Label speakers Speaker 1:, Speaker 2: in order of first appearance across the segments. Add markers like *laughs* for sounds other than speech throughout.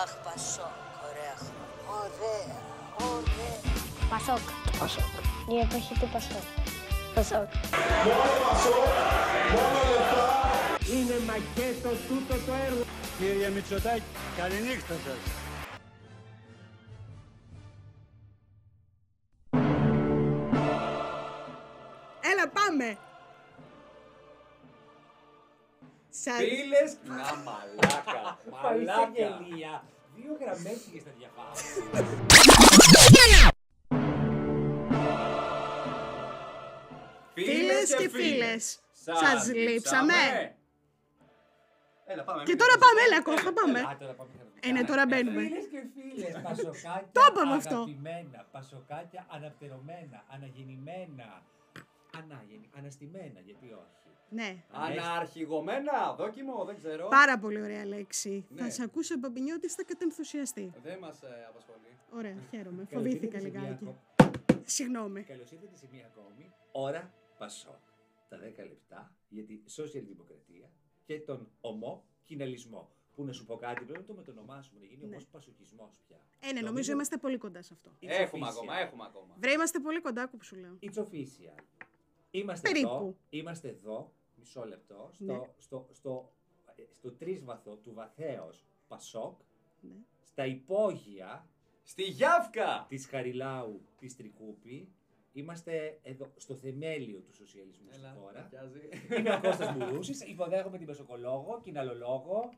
Speaker 1: Αχ, Πασόκ, ωραία χρόνια. Ωραία, ωραία.
Speaker 2: Πασόκ.
Speaker 3: Πασόκ.
Speaker 2: Η εποχή του Πασόκ. Πασόκ.
Speaker 4: Είναι μακέτο τούτο το έργο. Κύριε Μητσοτάκη, καληνύχτα σας.
Speaker 5: Έλα, πάμε! Σα...
Speaker 6: Πύλε. Να μαλάκα. Μαλάκα. Δύο γραμμές είχε να διαβάσει.
Speaker 5: Φίλες και φίλες,
Speaker 6: Σας
Speaker 5: σας λείψαμε.
Speaker 6: Έλα πάμε.
Speaker 5: Και
Speaker 6: μην
Speaker 5: τώρα
Speaker 6: κάνεις.
Speaker 5: πάμε, έλα Κώστα,
Speaker 6: Α,
Speaker 5: πάμε.
Speaker 6: τώρα πάμε χαρακτηριστικά.
Speaker 5: Ε, ναι, τώρα μπαίνουμε.
Speaker 6: Φίλες και φίλες,
Speaker 5: *laughs*
Speaker 6: πασοκάκια
Speaker 5: Το είπαμε αυτό.
Speaker 6: αγαπημένα, πασοκάκια αναπτερωμένα, αναγεννημένα, ανάγεννη, αναστημένα, γιατί όχι.
Speaker 5: Ναι,
Speaker 7: Αναρχηγωμένα, δόκιμο, δεν ξέρω.
Speaker 5: πάρα πολύ ωραία λέξη.
Speaker 7: Ναι.
Speaker 5: Θα σε ακούσω, Παπινιώτη, θα κατενθουσιαστεί.
Speaker 7: Δεν μας απασχολεί.
Speaker 5: Ωραία, χαίρομαι.
Speaker 6: Καλώς
Speaker 5: Φοβήθηκα
Speaker 6: ήρθατε σε μια
Speaker 5: λιγάκι.
Speaker 6: ακο-
Speaker 5: Συγγνώμη. Ε,
Speaker 6: Καλώς ήρθατε σε μία ακόμη ώρα Πασόκ. Τα 10 λεπτά για τη σοσιαλδημοκρατία και τον ομό κοιναλισμό. Που να σου πω κάτι, πρέπει να το μετονομάσουμε, να γίνει
Speaker 5: Ναι.
Speaker 6: ομός πασοκισμός πια.
Speaker 5: Ε, ναι, νομίζω είμαστε πολύ κοντά σε αυτό.
Speaker 6: It's
Speaker 7: Έχουμε
Speaker 6: official.
Speaker 7: ακόμα, έχουμε ακόμα.
Speaker 5: Βρε, είμαστε πολύ κοντά, άκου που σου λέω. Ναι.
Speaker 6: It's official. Είμαστε
Speaker 5: Περίπου.
Speaker 6: εδώ, είμαστε εδώ, μισό λεπτό, στο,
Speaker 5: Ναι.
Speaker 6: στο, στο, στο τρίσβαθο του βαθέως Πασόκ,
Speaker 5: Ναι.
Speaker 6: στα υπόγεια
Speaker 7: Στη Γιάφκα!
Speaker 6: της Χαριλάου της Τρικούπη, είμαστε εδώ, στο θεμέλιο του σοσιαλισμού στη χώρα.
Speaker 7: *laughs* πιάζει.
Speaker 6: Είμαι ο Κώστας Μπουρούσης, υποδέχομαι την πεσοκολόγο, κοιναλολόγο,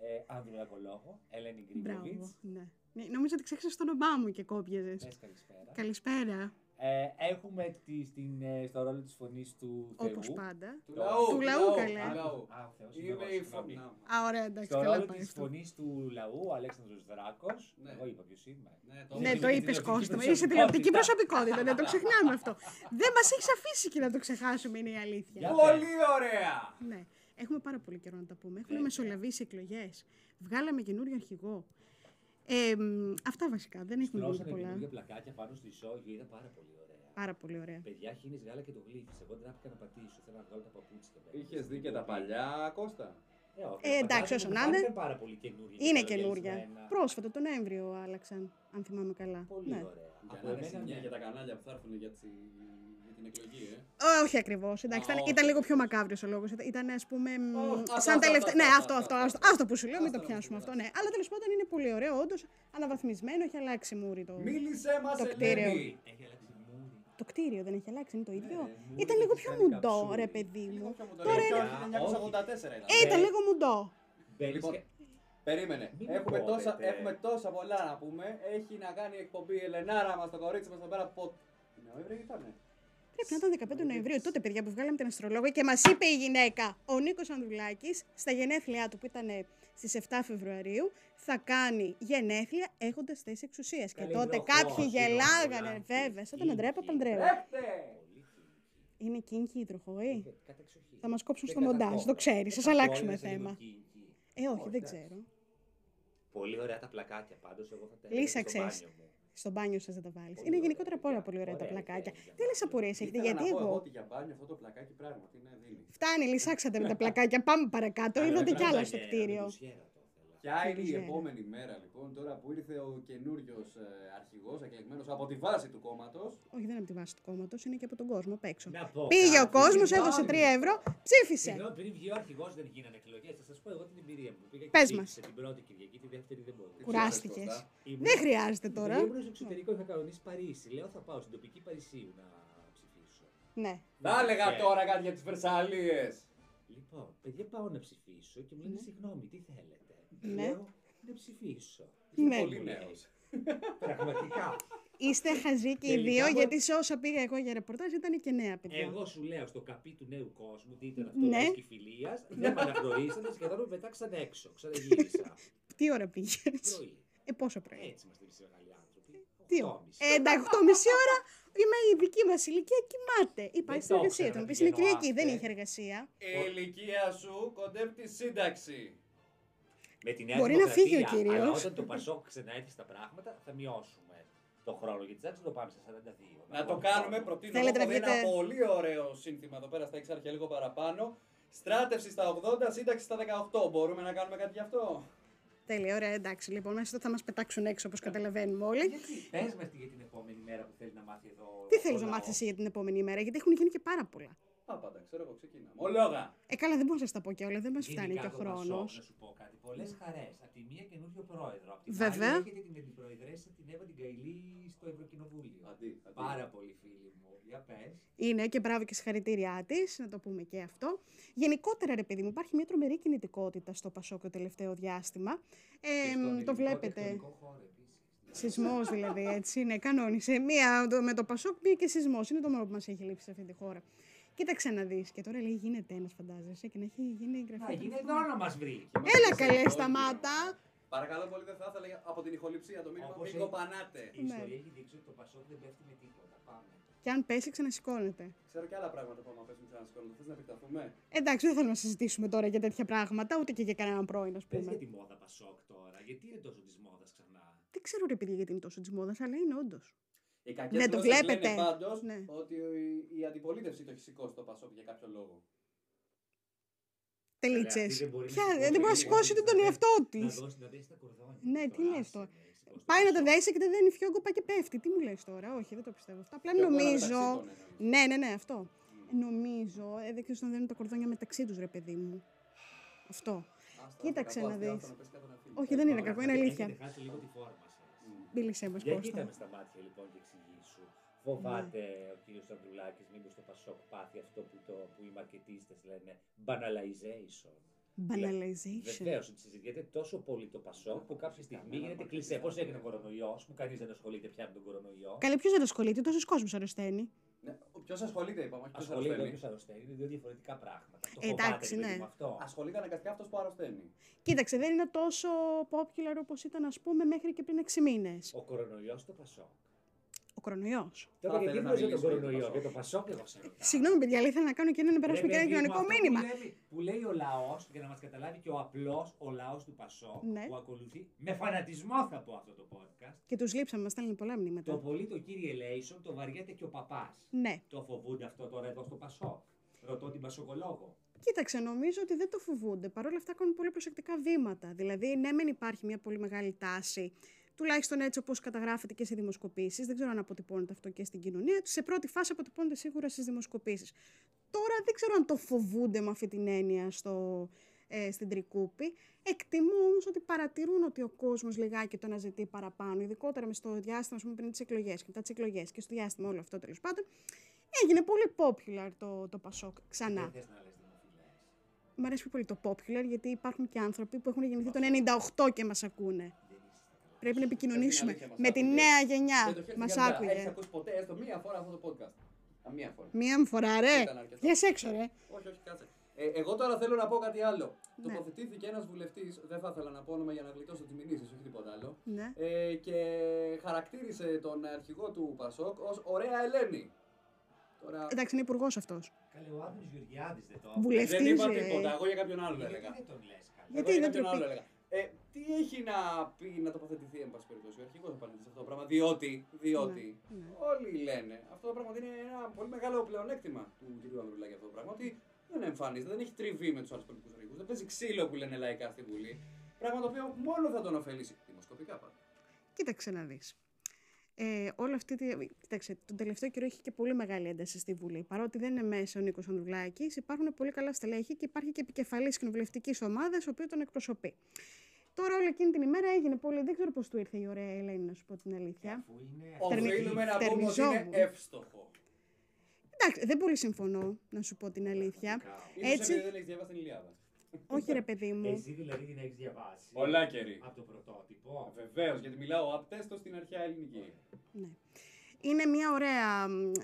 Speaker 6: ε, ανδρουλακολόγο, Ελένη
Speaker 5: Μπράβο.
Speaker 6: Γκρίγκοβιτς.
Speaker 5: Ναι. Ναι, Νομίζω ότι ξέχασες το όνομά μου και κόπιαζες.
Speaker 6: Πες καλησπέρα.
Speaker 5: Καλησπέρα,
Speaker 6: Ε, έχουμε τη, στην, ε, στο ρόλο της φωνής του Θεού.
Speaker 5: όπως πάντα.
Speaker 7: Του λαού,
Speaker 5: Του λαού, καλέ.
Speaker 7: του λαού.
Speaker 6: Α, ο Θεός είναι
Speaker 7: Είμαι
Speaker 6: εγώ,
Speaker 7: η
Speaker 6: συγγνώμη.
Speaker 7: φωνή.
Speaker 5: Α, ωραία, εντάξει,
Speaker 6: Στο
Speaker 5: καλά
Speaker 6: ρόλο
Speaker 5: πάει
Speaker 6: της
Speaker 5: αυτό.
Speaker 6: φωνής του λαού, ο Αλέξανδρος Δράκος.
Speaker 7: Ναι.
Speaker 6: Εγώ είπα ποιος είμαι.
Speaker 7: Ναι,
Speaker 5: Ναι, το είπες Κώστα. μου. Είσαι τηλεοπτική
Speaker 6: τηλεοπτική
Speaker 5: προσωπικότητα. Δεν το ξεχνάμε αυτό. Δεν μας έχεις αφήσει και να το ξεχάσουμε, είναι η αλήθεια.
Speaker 6: Για.
Speaker 7: Πολύ ωραία!
Speaker 5: Ναι. Έχουμε πάρα πολύ καιρό να τα πούμε.
Speaker 6: Ναι.
Speaker 5: Έχουν μεσολαβήσει εκλογές. Βγάλαμε καινούριο αρχηγό. Ε, μ, αυτά βασικά. Δεν έχουν γίνει
Speaker 6: Στρώσανε
Speaker 5: πολλά.
Speaker 6: καινούργια πλακάκια πάνω στο ισόγειο, ήταν πάρα πολύ ωραία.
Speaker 5: Πάρα πολύ ωραία.
Speaker 6: Παιδιά, χύνεις γάλα και το γλύφεις. Εγώ τράπηκα να πατήσω, θέλω να βγάλω τα παπούτσια.
Speaker 7: Είχε δει και τα παλιά, Κώστα.
Speaker 6: Ε, όχι,
Speaker 5: Ε, εντάξει,
Speaker 6: φαντάζομαι
Speaker 5: όσο
Speaker 6: ότι
Speaker 5: να είναι.
Speaker 6: υπάρχουν πάρα πολύ καινούργια.
Speaker 5: Είναι
Speaker 6: και
Speaker 5: καινούρια.
Speaker 6: καλογιασμένα.
Speaker 5: Πρόσφατα, τον Νοέμβριο άλλαξαν, αν θυμάμαι καλά.
Speaker 6: Πολύ
Speaker 5: Ναι.
Speaker 6: ωραία.
Speaker 7: Για
Speaker 6: Από
Speaker 7: να είναι
Speaker 6: εμένα
Speaker 7: σημεία
Speaker 6: μια
Speaker 7: για τα κανάλια που θα έρθουν για τη- για την εκλογή, ε.
Speaker 5: Ω, Όχι ακριβώς. Εντάξει,
Speaker 7: Α,
Speaker 5: ήταν,
Speaker 7: όχι.
Speaker 5: ήταν λίγο πιο μακάβριος ο λόγος. Ήταν, ας πούμε. μ,
Speaker 7: Ω, αυτό,
Speaker 5: σαν
Speaker 7: αυτό,
Speaker 5: τελευταίο.
Speaker 7: αυτό,
Speaker 5: Ναι, αυτό, αυτό.
Speaker 7: αυτό, αυτό,
Speaker 5: Αυτό,
Speaker 7: αυτό.
Speaker 5: αυτό που σου λέω, μην
Speaker 7: Αυτό
Speaker 5: το
Speaker 7: να
Speaker 5: πιάσουμε
Speaker 7: μην το
Speaker 5: αυτό. Ναι. Αλλά τέλος πάντων είναι πολύ ωραίο. Όντως, αναβαθμισμένο, έχει αλλάξει μούρι το.
Speaker 7: Ναι. Μίλησε μα,
Speaker 5: Το κτίριο.
Speaker 7: Ελένη!
Speaker 6: Έχει αλλάξει
Speaker 5: Το κτίριο δεν έχει αλλάξει, είναι
Speaker 7: Ναι,
Speaker 5: το ίδιο.
Speaker 6: μούρι
Speaker 5: ήταν λίγο
Speaker 6: και
Speaker 5: πιο
Speaker 6: κάνει
Speaker 5: μουντό,
Speaker 6: καψούρι.
Speaker 5: ρε παιδί μου.
Speaker 7: Λίγο πιο μοντό,
Speaker 5: Τώρα
Speaker 7: λίγο
Speaker 6: είναι-
Speaker 7: πιο 1984 ήταν.
Speaker 5: Ε, ήταν
Speaker 6: Ε.
Speaker 5: λίγο μουντό.
Speaker 7: Λοιπόν,
Speaker 6: και...
Speaker 7: Περίμενε.
Speaker 6: Μην
Speaker 7: Έχουμε
Speaker 6: κόβετε.
Speaker 7: τόσα, έχουμε τόσα πολλά να πούμε. Έχει να κάνει η εκπομπή η Ελενάρα μας, το κορίτσι μας εδώ πέρα. Πο... Νοέμβριο ήτανε.
Speaker 5: Πρέπει να ήταν 15 Νοεμβρίου, τότε παιδιά που βγάλαμε την αστρολόγο και μας είπε η γυναίκα, ο Νίκος Ανδρουλάκης, στα γενέθλιά του που ήταν στι 7 Φεβρουαρίου, θα κάνει γενέθλια έχοντας θέση εξουσίας. Και
Speaker 6: Καλή
Speaker 5: τότε
Speaker 6: βροχή,
Speaker 5: κάποιοι
Speaker 6: όχι,
Speaker 5: γελάγανε,
Speaker 6: βροχή.
Speaker 5: βέβαια, σαν τον Αντρέα
Speaker 6: Ήχη.
Speaker 5: Παπανδρέου.
Speaker 7: Τρέχτε!
Speaker 5: Είναι κίνκι υδροχόη.
Speaker 6: Κατεξοχή.
Speaker 5: Ε, Θα μας κόψουν
Speaker 6: Δεν
Speaker 5: στο μοντάζ,
Speaker 6: κατακόβω.
Speaker 5: το ξέρεις,
Speaker 6: Δεν
Speaker 5: σα αλλάξουμε
Speaker 6: κατακόβω, είναι λίγο
Speaker 5: θέμα.
Speaker 6: κίνκι.
Speaker 5: Ε, όχι, δεν
Speaker 6: εντάξει.
Speaker 5: ξέρω.
Speaker 6: Πολύ ωραία τα πλακάκια πάντως, εγώ θα τα
Speaker 5: Λύσα,
Speaker 6: έβαζα στο
Speaker 5: ξέρεις.
Speaker 6: μπάνιο μου.
Speaker 5: Στο μπάνιο σας δεν τα βάλεις.
Speaker 6: Πολύ
Speaker 5: Είναι
Speaker 6: ωραία,
Speaker 5: γενικότερα
Speaker 6: παιδιά.
Speaker 5: πάρα πολύ ωραία τα
Speaker 6: Ωραία,
Speaker 5: πλακάκια.
Speaker 6: ωραία,
Speaker 5: Τι άλλε
Speaker 6: ωραία.
Speaker 5: απορίες έχετε,
Speaker 7: Ήθελα να
Speaker 5: γιατί
Speaker 7: πω
Speaker 5: εγώ.
Speaker 7: Ότι για μπάνιο αυτό το πλακάκι πράγματι είναι δίνει.
Speaker 5: Φτάνει, λυσάξατε με τα πλακάκια. Πάμε παρακάτω. Είδατε κι άλλα στο
Speaker 6: Ε,
Speaker 5: κτίριο.
Speaker 6: ανδρουσιέρα το ήθελα.
Speaker 7: Ποια είναι η
Speaker 5: Καλησπέρα.
Speaker 7: επόμενη μέρα λοιπόν, τώρα που ήρθε ο καινούριος αρχηγός, εκλεγμένος από τη βάση του κόμματος.
Speaker 5: Όχι, δεν είναι από τη βάση του κόμματος, είναι και από τον κόσμο απ' έξω.
Speaker 6: Να πω
Speaker 5: Πήγε ο
Speaker 6: κάτι.
Speaker 5: κόσμος,
Speaker 6: Συγγνώμη.
Speaker 5: έδωσε 3 ευρώ, ψήφισε.
Speaker 6: Συγγνώμη, πριν βγει ο αρχηγός δεν γίνανε εκλογές. Θα σας πω εγώ την εμπειρία μου. Πήγα και
Speaker 5: Πες
Speaker 6: ψήφισα
Speaker 5: μας.
Speaker 6: την πρώτη Κυριακή, τη δεύτερη δεν μπορούσα.
Speaker 5: Κουράστηκε.
Speaker 7: Κώστα.
Speaker 6: Ήμουν-
Speaker 5: Δεν χρειάζεται τώρα.
Speaker 6: Ήμουν στο εξωτερικό, είχα κανονίσει Παρίσι. Λέω θα πάω στην τοπική Παρισίου να ψηφίσω.
Speaker 5: Ναι.
Speaker 7: Θα έλεγα
Speaker 6: Ε.
Speaker 7: τώρα κάτι για τις Βερσαλίες.
Speaker 6: Λοιπόν, παιδιά πάω να ψηφίσω και μου λένε συγγνώμη, τι θέλετε.
Speaker 5: Ναι.
Speaker 6: Λέω να ψηφίσω.
Speaker 5: Ναι.
Speaker 7: Πολύ νέος.
Speaker 6: Πραγματικά.
Speaker 5: Είστε χαζοί και οι
Speaker 6: Τελικά
Speaker 5: δύο,
Speaker 6: μου-
Speaker 5: γιατί σε όσα πήγα εγώ για ρεπορτάζ ήταν και νέα παιδιά.
Speaker 6: Εγώ σου λέω στο καπί του νέου κόσμου, δείτε αυτό
Speaker 5: Ναι.
Speaker 6: ναι. και φιλίας. Δεν με αναγνωρίσατε, σχεδόν με πετάξαν έξω.
Speaker 5: *laughs*
Speaker 6: Ξαναγύρισα.
Speaker 5: Τι ώρα πήγες.
Speaker 6: Πρωί.
Speaker 5: Ε, πόσο πρωί.
Speaker 6: Έτσι είμαστε εμείς οι μεγάλοι άνθρωποι.
Speaker 5: Τι ώρα.
Speaker 6: Οκτώμιση.
Speaker 5: Ε, εντάξει, 8.30 ώρα είμαι η δική μας ηλικία, κοιμάται. Ή πάει
Speaker 6: Δεν
Speaker 5: στην
Speaker 6: το
Speaker 5: εργασία
Speaker 6: ήξερα
Speaker 5: του.
Speaker 6: να
Speaker 5: Μου πει είναι
Speaker 6: πηγαίνω
Speaker 5: Κυριακή, δεν
Speaker 6: άφτε.
Speaker 5: είχε εργασία.
Speaker 7: Η ηλικία σου κοντεύει τη σύνταξη.
Speaker 6: Με τη Νέα
Speaker 5: Μπορεί να φύγει ο
Speaker 6: Δημοκρατία, Αλλά
Speaker 5: κύριος.
Speaker 6: όταν το Πασόκ ξαναέρθει στα πράγματα, θα μειώσουμε το χρόνο. Γιατί δεν θα το πάμε στα 42.
Speaker 7: Να το κάνουμε,
Speaker 6: Λοιπόν,
Speaker 7: προτείνω
Speaker 5: Θέλετε
Speaker 7: Θέλετε
Speaker 5: να
Speaker 7: ένα
Speaker 5: βγείτε-
Speaker 7: πολύ ωραίο σύνθημα εδώ πέρα στα εξάρχεια, λίγο παραπάνω. Στράτευση στα 80, σύνταξη στα 18. Μπορούμε να κάνουμε κάτι γι' αυτό.
Speaker 5: Τέλεια, ωραία, εντάξει. Λοιπόν, μέσα εδώ θα μας πετάξουν έξω όπως καταλαβαίνουμε όλοι.
Speaker 6: Γιατί, πες μας τι για την επόμενη μέρα που θέλεις να μάθει εδώ.
Speaker 5: Τι
Speaker 6: ο
Speaker 5: θέλεις να
Speaker 6: λαός.
Speaker 5: μάθεις για την επόμενη ημέρα, γιατί έχουν γίνει και πάρα πολλά.
Speaker 7: Άπαντα, ξέρω εγώ, ξεκινάμε. Ολόγα!
Speaker 5: Ε, καλά, δεν μπορώ να σας τα πω και όλα, δεν μας
Speaker 6: Γενικά
Speaker 5: φτάνει και ο
Speaker 6: το Πασόκ,
Speaker 5: χρόνο.
Speaker 6: Να σου πω κάτι. Πολλές χαρές. Από τη μία καινούριο πρόεδρο. Από την
Speaker 5: Βέβαια.
Speaker 6: άλλη έχετε την αντιπροεδρέσα την Εύα την Καηλή στο Ευρωκοινοβούλιο.
Speaker 7: Αντί, αντί.
Speaker 6: Πάρα πολύ φίλη μου. Για πες.
Speaker 5: Είναι και μπράβο και συγχαρητήριά της, να το πούμε και αυτό. Γενικότερα, ρε παιδί μου, υπάρχει μια τρομερή κινητικότητα στο Πασόκ το τελευταίο διάστημα.
Speaker 6: Και
Speaker 5: Ε,
Speaker 6: στον
Speaker 5: το
Speaker 6: ελληνικό
Speaker 5: βλέπετε.
Speaker 6: τεκτονικό χώρο επίσης.
Speaker 5: Σεισμός δηλαδή, έτσι είναι, κανόνισε. Μία, το- με το Πασόκ πήγε και σεισμός. Είναι το μόνο που μας έχει λείψει σε αυτή τη χώρα. Κοίταξε να δεις. Και τώρα λέει γίνεται ένας, φαντάζεσαι, και να έχει γίνει η γραφή.
Speaker 6: Να γίνει
Speaker 5: του
Speaker 6: εδώ να μας βρει.
Speaker 5: Έλα καλέ, σταμάτα.
Speaker 7: Παρακαλώ πολύ, δεν θα ήθελα για- από την ηχοληψία το μήνυμα. Μην
Speaker 6: Όπως έχει-
Speaker 7: κοπανάτε.
Speaker 6: Η
Speaker 5: Ναι.
Speaker 6: ιστορία έχει δείξει ότι το Πασόκ δεν πέφτει με τίποτα. Πάμε.
Speaker 5: Και αν πέσει, ξανασηκώνεται.
Speaker 7: Ξέρω και άλλα πράγματα που άμα πέσουν ξανασηκώνονται. Θες να επεκταθούμε.
Speaker 5: Εντάξει, δεν θέλουμε να συζητήσουμε τώρα για τέτοια πράγματα, ούτε και για κανέναν πρώην, ας
Speaker 6: Πες
Speaker 5: πούμε.
Speaker 6: για τη μόδα Πασόκ τώρα. Γιατί είναι τόσο της μόδας ξανά.
Speaker 5: Δεν ξέρω ρε παιδιά γιατί είναι τόσο της μόδας, αλλά είναι όντως.
Speaker 7: Οι κακές
Speaker 5: Ναι, το
Speaker 7: γλώσσες
Speaker 5: βλέπετε.
Speaker 7: λένε πάντως
Speaker 5: Ναι.
Speaker 7: ότι η- η αντιπολίτευση το έχει σηκώσει το Πασόκ για κάποιο λόγο.
Speaker 5: Τελίτσε.
Speaker 6: αυτή δεν μπορεί να
Speaker 5: Ποια δεν
Speaker 6: σηκώσει,
Speaker 5: μπορεί να
Speaker 6: δεν
Speaker 5: σηκώσει
Speaker 6: μπορεί
Speaker 5: ούτε τον
Speaker 6: να
Speaker 5: εαυτό τη.
Speaker 6: Να δώσει να δέσει τα κορδόνια.
Speaker 5: Ναι,
Speaker 6: της
Speaker 5: τι
Speaker 6: τώρα,
Speaker 5: λες
Speaker 6: άσε
Speaker 5: τώρα.
Speaker 6: με, εσύ, πώς το
Speaker 5: Πάει να τον
Speaker 6: Πασόκ.
Speaker 5: δέσει και δεν δένει φιόγκο, πάει και πέφτει. Τι μου λες τώρα, Όχι, δεν το πιστεύω αυτό. Απλά
Speaker 7: Και εγώ μεταξύ
Speaker 5: νομίζω.
Speaker 7: των εννοώ.
Speaker 5: Ναι, ναι, ναι, αυτό. Νομίζω, ε, δεν ξέρω αν δένουν τα κορδόνια μεταξύ τους, ρε παιδί μου. Αυτό.
Speaker 7: Άστα,
Speaker 5: Κοίταξε
Speaker 7: κακό
Speaker 5: να
Speaker 7: αυτό,
Speaker 5: δεις.
Speaker 7: άστα να πέσει κάτω να φύγει.
Speaker 5: Όχι, δεν είναι
Speaker 7: Ωραία.
Speaker 5: κακό, είναι αλήθεια.
Speaker 6: Έχετε χάσει λίγο τη φόρμα σας.
Speaker 5: Μίλησέ μας,
Speaker 6: Για κοίτα με
Speaker 5: Κώστα.
Speaker 6: στα μάτια λοιπόν και εξηγήσου. Φοβάται
Speaker 5: Ναι.
Speaker 6: ο κύριος Ανδρουλάκης μήπως το Πασόκ πάθει αυτό που, το, που οι μαρκετίστες λένε banalization. Βεβαίω,
Speaker 5: Banalization.
Speaker 6: συζητιέται τόσο πολύ το Πασόκ που κάποια στιγμή γίνεται κλεισέ. Πώ έγινε ο κορονοϊός, που κανείς δεν ασχολείται πια με τον κορονοϊό.
Speaker 5: Καλέ, ποιος δεν ασχολείται, τόσος κόσμος αρρωσταίνει.
Speaker 7: Ναι, Ποιος ασχολείται, είπαμε. όχι ποιος
Speaker 6: Ασχολείται
Speaker 7: αρρωσταίνει.
Speaker 6: όποιος αρρωσταίνει, είναι δύο διαφορετικά πράγματα. Το
Speaker 5: Ε,
Speaker 6: φοβάται,
Speaker 5: εντάξει,
Speaker 6: ρε παιδί
Speaker 5: ναι.
Speaker 6: μου, Αυτό.
Speaker 7: Ασχολείται αναγκαστικά αυτός που αρρωσταίνει.
Speaker 5: Κοίταξε, δεν είναι τόσο popular όπως ήταν, ας πούμε, μέχρι και πριν 6 μήνες.
Speaker 6: Ο κορονοϊός στο Πασόκ.
Speaker 5: Ο κορονοϊό.
Speaker 6: Τώρα
Speaker 7: θέλετε
Speaker 6: γιατί
Speaker 7: να
Speaker 6: δεν για τον
Speaker 7: μιλήσουμε για το
Speaker 6: κορονοϊό,
Speaker 7: Πασόκ.
Speaker 6: για το Πασόκ, εγώ σε ρωτάω.
Speaker 5: Συγγνώμη, παιδιά, αλλά ήθελα να κάνω και ένα να
Speaker 6: Ρε
Speaker 5: περάσουμε και ένα
Speaker 6: παιδί μου,
Speaker 5: κοινωνικό
Speaker 6: αυτό που
Speaker 5: μήνυμα.
Speaker 6: λέει- Που λέει ο λαός, για να μας καταλάβει και ο απλός ο λαός του Πασόκ
Speaker 5: Ναι.
Speaker 6: που ακολουθεί. Με φανατισμό θα πω αυτό το podcast.
Speaker 5: Και τους λείψαμε, μας στέλνουν πολλά μηνύματα.
Speaker 6: Το πολύ το κύριε Λέισον το βαριέται και ο παπάς.
Speaker 5: Ναι.
Speaker 6: Το φοβούνται αυτό τώρα εδώ στο Πασόκ. Ρωτώ την Πασοκολόγο.
Speaker 5: Κοίταξε, νομίζω ότι δεν το φοβούνται. Παρ' όλα αυτά κάνουν πολύ προσεκτικά βήματα. Δηλαδή, ναι, μεν υπάρχει μια πολύ μεγάλη τάση, τουλάχιστον έτσι όπως καταγράφεται και σε δημοσκοπήσεις. Δεν ξέρω αν αποτυπώνεται αυτό και στην κοινωνία. Σε πρώτη φάση αποτυπώνεται σίγουρα στις δημοσκοπήσεις. Τώρα δεν ξέρω αν το φοβούνται με αυτή την έννοια στο, ε, στην Τρικούπη. Εκτιμώ όμως ότι παρατηρούν ότι ο κόσμος λιγάκι το αναζητεί παραπάνω, ειδικότερα με στο διάστημα ας πούμε, πριν τις εκλογές και μετά τις εκλογές και στο διάστημα όλο αυτό τέλος πάντων. Έγινε πολύ popular το, το Πασόκ ξανά.
Speaker 6: Δεν θες να λες δημοφιλές.
Speaker 5: Μ' αρέσει πολύ το popular γιατί υπάρχουν και άνθρωποι που έχουν γεννηθεί το 98 και μας ακούνε. Πρέπει να επικοινωνήσουμε
Speaker 7: αλήθεια, μας
Speaker 5: με τη
Speaker 7: άκουγε.
Speaker 5: νέα
Speaker 7: Δεν
Speaker 5: γενιά.
Speaker 7: το χαίρεται
Speaker 5: Μας
Speaker 7: κανένα. Έχεις
Speaker 5: άκουγε.
Speaker 7: ακούσει ποτέ έστω μία φορά αυτό το podcast. Α, μία φορά.
Speaker 5: Μία φορά, ρε.
Speaker 7: Ήταν αρκετό.
Speaker 5: Βγες έξω, ρε.
Speaker 7: Όχι, όχι, κάτσε. Ε, εγώ τώρα θέλω να πω κάτι άλλο.
Speaker 5: Ναι.
Speaker 7: Τοποθετήθηκε ένας βουλευτής, δεν θα ήθελα να πω όνομα για να γλιτώσω τι μηνύσει, όχι τίποτα άλλο.
Speaker 5: Ναι.
Speaker 7: Ε, και χαρακτήρισε τον αρχηγό του Πασόκ ως ωραία Ελένη. Τώρα.
Speaker 5: Εντάξει, είναι υπουργός αυτός.
Speaker 6: Καλέ, ο Άδωνης Γεωργιάδης δεν το
Speaker 5: Βουλευτής.
Speaker 7: δεν είπα
Speaker 5: ρε.
Speaker 7: τίποτα, εγώ για κάποιον άλλο
Speaker 6: Γιατί
Speaker 7: έλεγα.
Speaker 6: δεν τον λες, καλέ.
Speaker 5: Γιατί
Speaker 7: Εγώ για
Speaker 5: δεν
Speaker 7: κάποιον
Speaker 5: το πει?
Speaker 7: άλλο έλεγα. Ε, τι έχει να πει, να τοποθετηθεί, εν πάση περιπτώσει, ο αρχηγός απέναντι σε αυτό το πράγμα. Διότι, διότι
Speaker 5: Ναι, ναι.
Speaker 7: όλοι λένε αυτό το πράγμα ότι είναι ένα πολύ μεγάλο πλεονέκτημα του κ. Ανδρουλάκη αυτό το πράγμα. Ότι δεν εμφανίζεται, δεν έχει τριβή με τους άλλου πολιτικού αρχηγούς, δεν παίζει ξύλο που λένε λαϊκά στη Βουλή. Πράγμα το οποίο μόνο θα τον ωφελήσει. Δημοσκοπικά πάντα.
Speaker 5: Κοίταξε να δεις. Ε, όλη αυτή τη... Κοίταξε, τον τελευταίο καιρό έχει και πολύ μεγάλη ένταση στη Βουλή. Παρότι δεν είναι μέσα ο Νίκος Ανδρουλάκης, υπάρχουν πολύ καλά στελέχη και υπάρχει και επικεφαλής κοινοβουλευτικής ομάδας, ο οποίος τον εκπροσωπεί. Τώρα όλη εκείνη την ημέρα έγινε πολύ. Δεν ξέρω πώς του ήρθε η ωραία Ελένη, να σου πω την αλήθεια.
Speaker 6: Αφού είναι.
Speaker 7: Οφείλουμε να πούμε ότι είναι
Speaker 5: Φτερνιζόμουν.
Speaker 7: εύστοχο.
Speaker 5: Εντάξει, δεν πολύ συμφωνώ, να σου πω την αλήθεια.
Speaker 7: Ίσως
Speaker 5: Έτσι.
Speaker 7: επειδή δεν έχεις διαβάσει την Ιλιάδα.
Speaker 5: Όχι, ρε παιδί μου.
Speaker 6: Εσύ δηλαδή την έχεις διαβάσει.
Speaker 7: Ολάκερη.
Speaker 6: Από το πρωτότυπο.
Speaker 7: Βεβαίως, γιατί μιλάω απτέστο στην αρχαία ελληνική.
Speaker 5: Ναι. Είναι μια ωραία. μ, ε,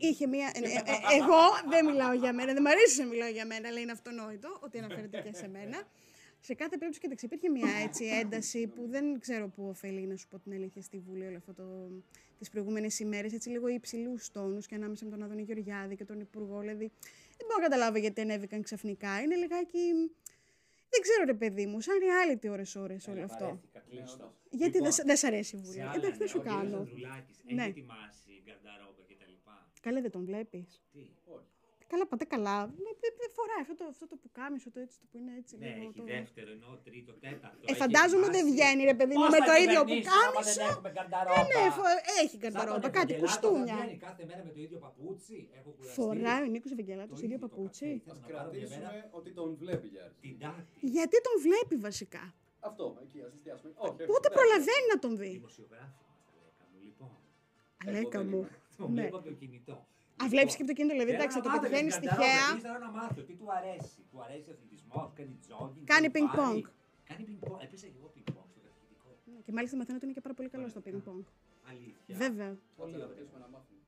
Speaker 5: Είχε μια. ε, ε, ε, εγώ δεν μιλάω για μένα, δεν μου αρέσει να μιλάω για μένα, αλλά είναι αυτονόητο ότι αναφέρεται και σε μένα. Σε κάθε περίπτωση, κοίταξε, υπήρχε μια έτσι ένταση που δεν ξέρω πού ωφελεί, να σου πω την αλήθεια, στη Βουλή όλο αυτό το. τις προηγούμενες ημέρες, έτσι λίγο υψηλούς τόνους και ανάμεσα με τον Αδόνη Γεωργιάδη και τον Υπουργό. Δηλαδή, δεν μπορώ να καταλάβω γιατί ανέβηκαν ξαφνικά. Είναι λιγάκι. Δεν ξέρω, ρε παιδί μου, σαν reality ώρε-ώρε όλο αυτό.
Speaker 6: Βαρέθηκα, κλείστο.
Speaker 5: Γιατί
Speaker 6: Λοιπόν,
Speaker 5: δεν σ- δεν σ' αρέσει η
Speaker 6: σε
Speaker 5: Βουλή.
Speaker 6: άλλα
Speaker 5: Ε, Εντάξει, δεν
Speaker 6: νέα,
Speaker 5: σου
Speaker 6: ο κύριος
Speaker 5: κάνω.
Speaker 6: Ανδρουλάκης
Speaker 5: Ναι.
Speaker 6: έχει ετοιμάσει γκαρνταρόμπα κτλ.
Speaker 5: Καλέ, δεν τον βλέπεις.
Speaker 6: Τι.
Speaker 7: Όχι.
Speaker 5: Καλά, πάτε καλά. Δεν δεν φοράει αυτό το, αυτό το πουκάμισο, το έτσι το που είναι έτσι.
Speaker 3: Ναι,
Speaker 5: λίγο
Speaker 3: έχει
Speaker 5: το-
Speaker 3: δεύτερο, ενώ τρίτο, τέταρτο.
Speaker 5: Ε, φαντάζομαι δεν βγαίνει, ρε παιδί μου, με το ίδιο πουκάμισο. Ε, ναι, φο- έχει καρδαρόμπα, κάτι κουστούμια.
Speaker 6: Κάθε μέρα με το ίδιο παπούτσι. Έχω κουραστεί.
Speaker 5: Φοράει ο Νίκος Ευαγγελάτο
Speaker 6: Το
Speaker 5: ίδιο
Speaker 6: ίδιο το
Speaker 5: παπούτσι.
Speaker 6: καφέ.
Speaker 7: Α
Speaker 6: Θέλω Ε, να πάρω μια
Speaker 7: κρατήσουμε
Speaker 6: μέρα.
Speaker 7: ότι τον βλέπει για αρχή.
Speaker 3: Την τάκτη.
Speaker 5: Γιατί τον βλέπει βασικά.
Speaker 7: Αυτό, εκεί, ας εστιάσουμε. Όχι, όχι, ναι.
Speaker 5: Πότε
Speaker 7: δεν.
Speaker 5: προλαβαίνει να τον δει.
Speaker 3: Δημοσιογράφη μας τα λέκα μου, λοιπόν.
Speaker 7: Εγώ
Speaker 5: Αλέκα
Speaker 7: δεν
Speaker 5: μου.
Speaker 7: είμαι.
Speaker 3: Το
Speaker 5: Ναι.
Speaker 3: βλέπω από το κινητό.
Speaker 5: Α,
Speaker 6: Λοιπόν,
Speaker 5: βλέπεις και από το κινητό, δηλαδή.
Speaker 6: Θέλω
Speaker 5: Εντάξει,
Speaker 6: Ε, να
Speaker 5: το
Speaker 6: μάθω
Speaker 5: πετυχαίνει
Speaker 6: για την Κανταρόμπα.
Speaker 5: τυχαία.
Speaker 6: Τι Θέλω να μάθω, τι του αρέσει. Του αρέσει αθλητισμός, κάνει τζόγκινγκ.
Speaker 5: Κάνει
Speaker 6: κάνει
Speaker 5: ping pong.
Speaker 6: μπάρι. Κάνει ping pong. Έπαιζα και εγώ ping pong στο καθηγητικό.
Speaker 5: Και μάλιστα μαθαίνω ότι είναι και πάρα πολύ καλό στο ping pong.
Speaker 6: Αλήθεια.
Speaker 5: Βέβαια.
Speaker 7: Τότε να
Speaker 6: Πολύ
Speaker 7: ρωτήσουμε να
Speaker 6: ωραία.
Speaker 7: μάθουμε.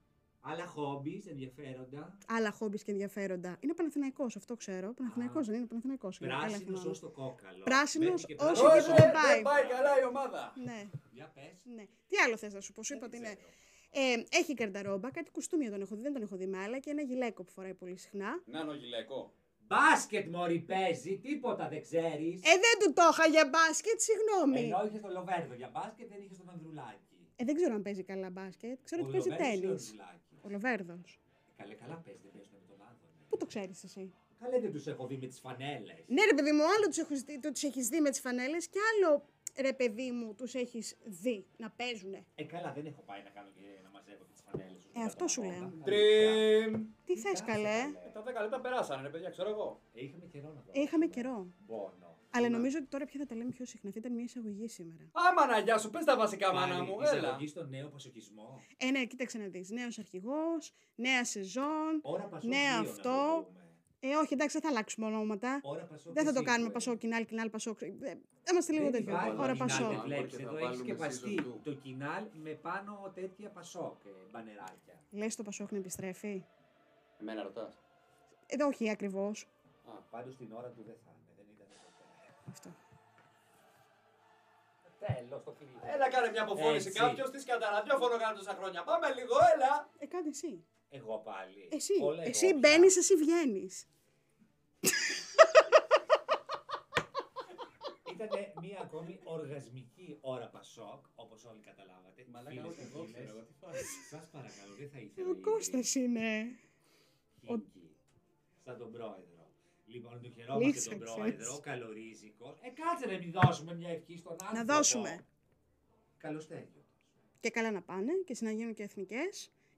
Speaker 6: Άλλα χόμπι, ενδιαφέροντα.
Speaker 5: Άλλα χόμπι και ενδιαφέροντα. Είναι Παναθηναϊκός, αυτό ξέρω. Παναθηναϊκός
Speaker 6: Α.
Speaker 5: δεν είναι Παναθηναϊκός.
Speaker 6: Πράσινο ως το κόκαλο.
Speaker 5: Πράσινος
Speaker 6: Μπαίνει και
Speaker 5: ως
Speaker 6: πράσινο.
Speaker 5: Όσο και
Speaker 7: Όχι,
Speaker 5: δεν
Speaker 7: δεν
Speaker 5: πάει.
Speaker 7: πάει καλά η ομάδα.
Speaker 5: Ναι,
Speaker 6: Για πες.
Speaker 5: ναι. Τι άλλο θες να σου πω, σου είπα ότι είναι. Ε, έχει καρνταρόμπα, κάτι κουστούμια τον έχω δει, δεν τον έχω δει με άλλα και ένα γυλαίκο που φοράει πολύ συχνά.
Speaker 7: Νάνο γυλαίκο.
Speaker 6: Μπάσκετ μωρή παίζει, τίποτα δεν ξέρεις.
Speaker 5: Ε, δεν του το είχα για μπάσκετ, συγγνώμη.
Speaker 6: Ενώ είχε τον Λοβέρδο για μπάσκετ, δεν είχε τον Ανδρουλάκη.
Speaker 5: Ε, δεν ξέρω αν παίζει καλά μπάσκετ, ξέρω
Speaker 6: Ο
Speaker 5: ότι παίζει
Speaker 6: Λοβέρδος ή ο
Speaker 5: τέννη.
Speaker 6: Ανδρουλάκης? Ε,
Speaker 5: Ο Λοβέρδος.
Speaker 6: Καλέ, καλά παίζει, δεν παίζουν με τον Άδωνη.
Speaker 5: Πού το ξέρεις εσύ.
Speaker 6: Καλέ, δεν τους έχω δει με τις φανέλες.
Speaker 5: Ναι, ρε παιδί μου, άλλο τους έχεις, δει- το- τους έχεις δει με τις φανέλες και άλλο ρε παιδί μου τους έχεις δει να παίζουν.
Speaker 6: Ε, καλά, δεν έχω πάει να κάνω και να μαζεύω και τις φανέλες.
Speaker 5: Ε, αυτό σου λέω.
Speaker 7: Τριμ.
Speaker 5: Τι θες, καλέ.
Speaker 7: Ε, Τα 10 λεπτά περάσανε, ρε παιδιά, ξέρω εγώ.
Speaker 6: Είχαμε καιρό να το
Speaker 5: Ε, Είχαμε
Speaker 6: κάνουμε.
Speaker 5: καιρό.
Speaker 6: Μπόνο.
Speaker 5: Αλλά
Speaker 7: Ναι.
Speaker 5: νομίζω ότι τώρα πια θα τα λέμε πιο συχνά. Αυτή ήταν μια εισαγωγή σήμερα.
Speaker 7: Άμα να γεια σου, πες τα βασικά, μάνα
Speaker 6: Πάλι
Speaker 7: μου. Έλα.
Speaker 6: Εισαγωγή στον νέο πασοκισμό.
Speaker 5: Ε, ναι, κοίταξε να δεις. Νέος αρχηγός, νέα σεζόν.
Speaker 6: Ώρα πασοκ.
Speaker 5: Ναι,
Speaker 6: δύο, να το
Speaker 5: αυτό.
Speaker 6: πούμε.
Speaker 5: Ε, όχι, εντάξει, δεν θα αλλάξουμε ονόματα.
Speaker 6: Ώρα πασοκ.
Speaker 5: Δεν θα το
Speaker 6: εσύ,
Speaker 5: κάνουμε
Speaker 6: ε.
Speaker 5: πασό, κοινάλ, κοινάλ, πασό. Ε, Είμαστε λίγο
Speaker 6: Δεν
Speaker 5: τέτοιο.
Speaker 6: υπάρχει
Speaker 5: Ώρα
Speaker 6: κοινάλ,
Speaker 5: πασό.
Speaker 6: δεν βλέπεις.
Speaker 7: Και θα
Speaker 6: Εδώ έχεις
Speaker 7: βάλουμε
Speaker 6: σκεπαστεί
Speaker 7: season two.
Speaker 6: το κοινάλ με πάνω τέτοια πασόκ ε, μπανεράκια.
Speaker 5: Λες το πασόχ να επιστρέφει.
Speaker 7: Εμένα ρωτάς.
Speaker 5: Ε, δε, όχι ακριβώς.
Speaker 6: Πάντως την ώρα του δεν θα είναι, δεν ήταν
Speaker 5: Αυτό.
Speaker 6: ποτέ. Τέλος το κλείνω.
Speaker 7: Έλα, κάνε μια αποφώνηση.
Speaker 6: Έτσι.
Speaker 7: Κάποιος τη καταραδιόφωνο κάνει τόσα χρόνια. Πάμε λίγο, έλα.
Speaker 5: Ε, κάντε εσύ.
Speaker 6: Εγώ πάλι.
Speaker 5: Εσύ,
Speaker 6: Όλα εγώ
Speaker 5: εσύ
Speaker 6: πια.
Speaker 5: μπαίνεις, εσύ βγαίνεις.
Speaker 6: Ήταν μία ακόμη οργασμική ώρα Πασόκ, όπως όλοι καταλάβατε.
Speaker 7: Μαλάκα, ούτε εγώ ξέρω, εγώ τι
Speaker 6: Σας παρακαλώ, δεν θα ήθελα.
Speaker 5: Ο
Speaker 6: λίγη
Speaker 5: Κώστα είναι. Ο-
Speaker 6: χίνκι Σαν τον πρόεδρο. Λοιπόν, τον χαιρόμαστε
Speaker 5: Λύσαξες.
Speaker 6: τον πρόεδρο, καλορίζικο. Ε, κάτσε να μην δώσουμε μια ευχή στον άνθρωπο.
Speaker 5: δώσουμε.
Speaker 6: Καλωστέγιο.
Speaker 5: Και καλά να πάνε και συναγίνουν και εθνικές.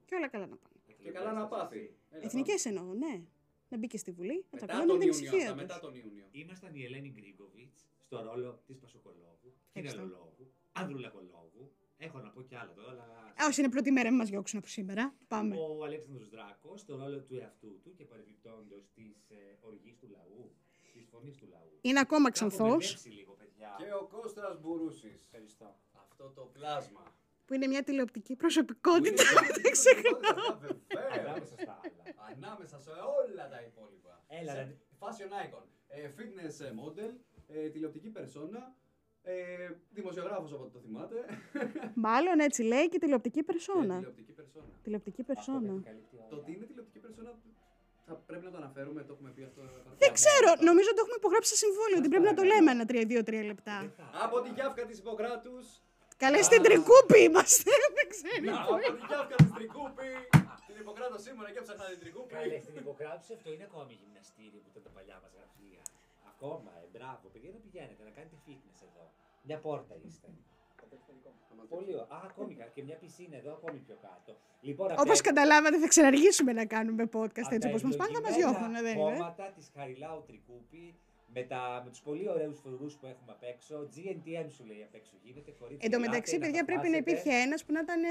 Speaker 5: Και όλα καλά να πάνε.
Speaker 7: Και καλά να πάθει. Έλα,
Speaker 5: Εθνικές εννοώ, ναι. Να μπει και στη Βουλή, να
Speaker 7: πάμε.
Speaker 5: τα
Speaker 7: Μετά
Speaker 5: ακούνε με
Speaker 7: τον
Speaker 5: την
Speaker 7: Ιούνιο.
Speaker 5: ησυχία
Speaker 7: αυτά,
Speaker 5: του.
Speaker 7: Μετά τον Ιούνιο.
Speaker 6: Ήμασταν η Ελένη Γκρίγκοβιτ στο ρόλο της Πασοκολόγου,
Speaker 5: Ευχαριστώ.
Speaker 6: Κυραλολόγου, Ανδρουλακολόγου. Έχω να πω κι άλλα τώρα, αλλά.
Speaker 5: Ας, όχι, είναι πρώτη μέρα, μην μας διώξουν από σήμερα. Πάμε.
Speaker 6: Ο Αλέξανδρος Δράκος στο ρόλο του εαυτού του και παρεμπιπτόντως της ε, οργής του λαού, της φωνής του λαού.
Speaker 5: Είναι ακόμα
Speaker 6: Τα έχω
Speaker 5: ξανθός,
Speaker 6: μπερδέψει λίγο, παιδιά.
Speaker 7: Και ο Κώστας Μπουρούσης.
Speaker 6: Ευχαριστώ.
Speaker 7: Αυτό το πλάσμα.
Speaker 5: που είναι μια τηλεοπτική *laughs* προσωπικότητα. Δεν ξεχνάω.
Speaker 7: ξεχνάω.
Speaker 6: Ανάμεσα στα άλλα.
Speaker 7: Ανάμεσα σε όλα τα υπόλοιπα.
Speaker 6: Έλα,
Speaker 7: σε
Speaker 6: ρε.
Speaker 7: Fashion icon. ε, Fitness ε, model. ε, Τηλεοπτική περσόνα. ε, Δημοσιογράφος από ό,τι το θυμάται.
Speaker 5: Μάλλον έτσι λέει και τηλεοπτική
Speaker 7: Ε,
Speaker 5: περσόνα.
Speaker 7: Τηλεοπτική περσόνα.
Speaker 5: Τηλεοπτική
Speaker 6: Αυτό
Speaker 5: περσόνα.
Speaker 6: καλύπτει όλα.
Speaker 7: Το ότι είναι τηλεοπτική περσόνα θα πρέπει να το αναφέρουμε, το έχουμε πει αυτό.
Speaker 5: Δεν ξέρω, νομίζω το έχουμε υπογράψει σε συμβόλαιο ότι πρέπει να το λέμε ένα 3-2-3
Speaker 6: Δεν
Speaker 5: λεπτά.
Speaker 6: θα
Speaker 7: Από τη γιάφκα της Ιπποκράτους.
Speaker 5: Καλέ στην τρικούπη είμαστε, *laughs* δεν ξέρει.
Speaker 7: Από τη γιάφκα της Τρικούπη. Την Ιπποκράτος σήμερα και ψάχνα την Τρικούπη.
Speaker 6: Καλέ στην υποκράτηση, αυτό είναι ακόμη γυμναστήριο που ήταν τα παλιά μας γραφεία. Ακόμα, ε, μπράβο, παιδιά να πηγαίνετε να κάνετε fitness εδώ. Μια πόρτα είστε. Πολύ ωραία. Α, ακόμη κα- και μια πισίνα εδώ, ακόμη πιο κάτω. Λοιπόν, απ'
Speaker 5: Όπω
Speaker 6: έξω-
Speaker 5: καταλάβατε, θα ξαναργήσουμε να κάνουμε podcast
Speaker 6: Απ'
Speaker 5: έτσι
Speaker 6: τα
Speaker 5: όπως μας πάνε, θα μα
Speaker 6: ευλογημένα
Speaker 5: διώχνουν, ε, δεν είναι.
Speaker 6: Κόμματα της Χαριλάου Τρικούπη με, τα, με τους πολύ ωραίους φρουρούς που έχουμε απ' έξω. GNTM σου λέει απ' έξω γίνεται. κορίτσια,
Speaker 5: Εν τω
Speaker 6: ελάτε
Speaker 5: μεταξύ, παιδιά, πρέπει να
Speaker 6: χαλάσετε.
Speaker 5: υπήρχε ένας που να ήταν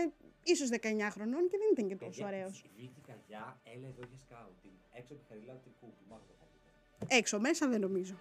Speaker 5: ίσω 19 χρονών και δεν ήταν και τόσο
Speaker 6: Παιδιά,
Speaker 5: ωραίος.
Speaker 6: στη Βίκη Καγιά, έλα εδώ για σκάουτινγκ. Έξω από τη Χαριλάου Τρικούπη, μόνο το καλύτερο.
Speaker 5: Έξω, μέσα δεν νομίζω.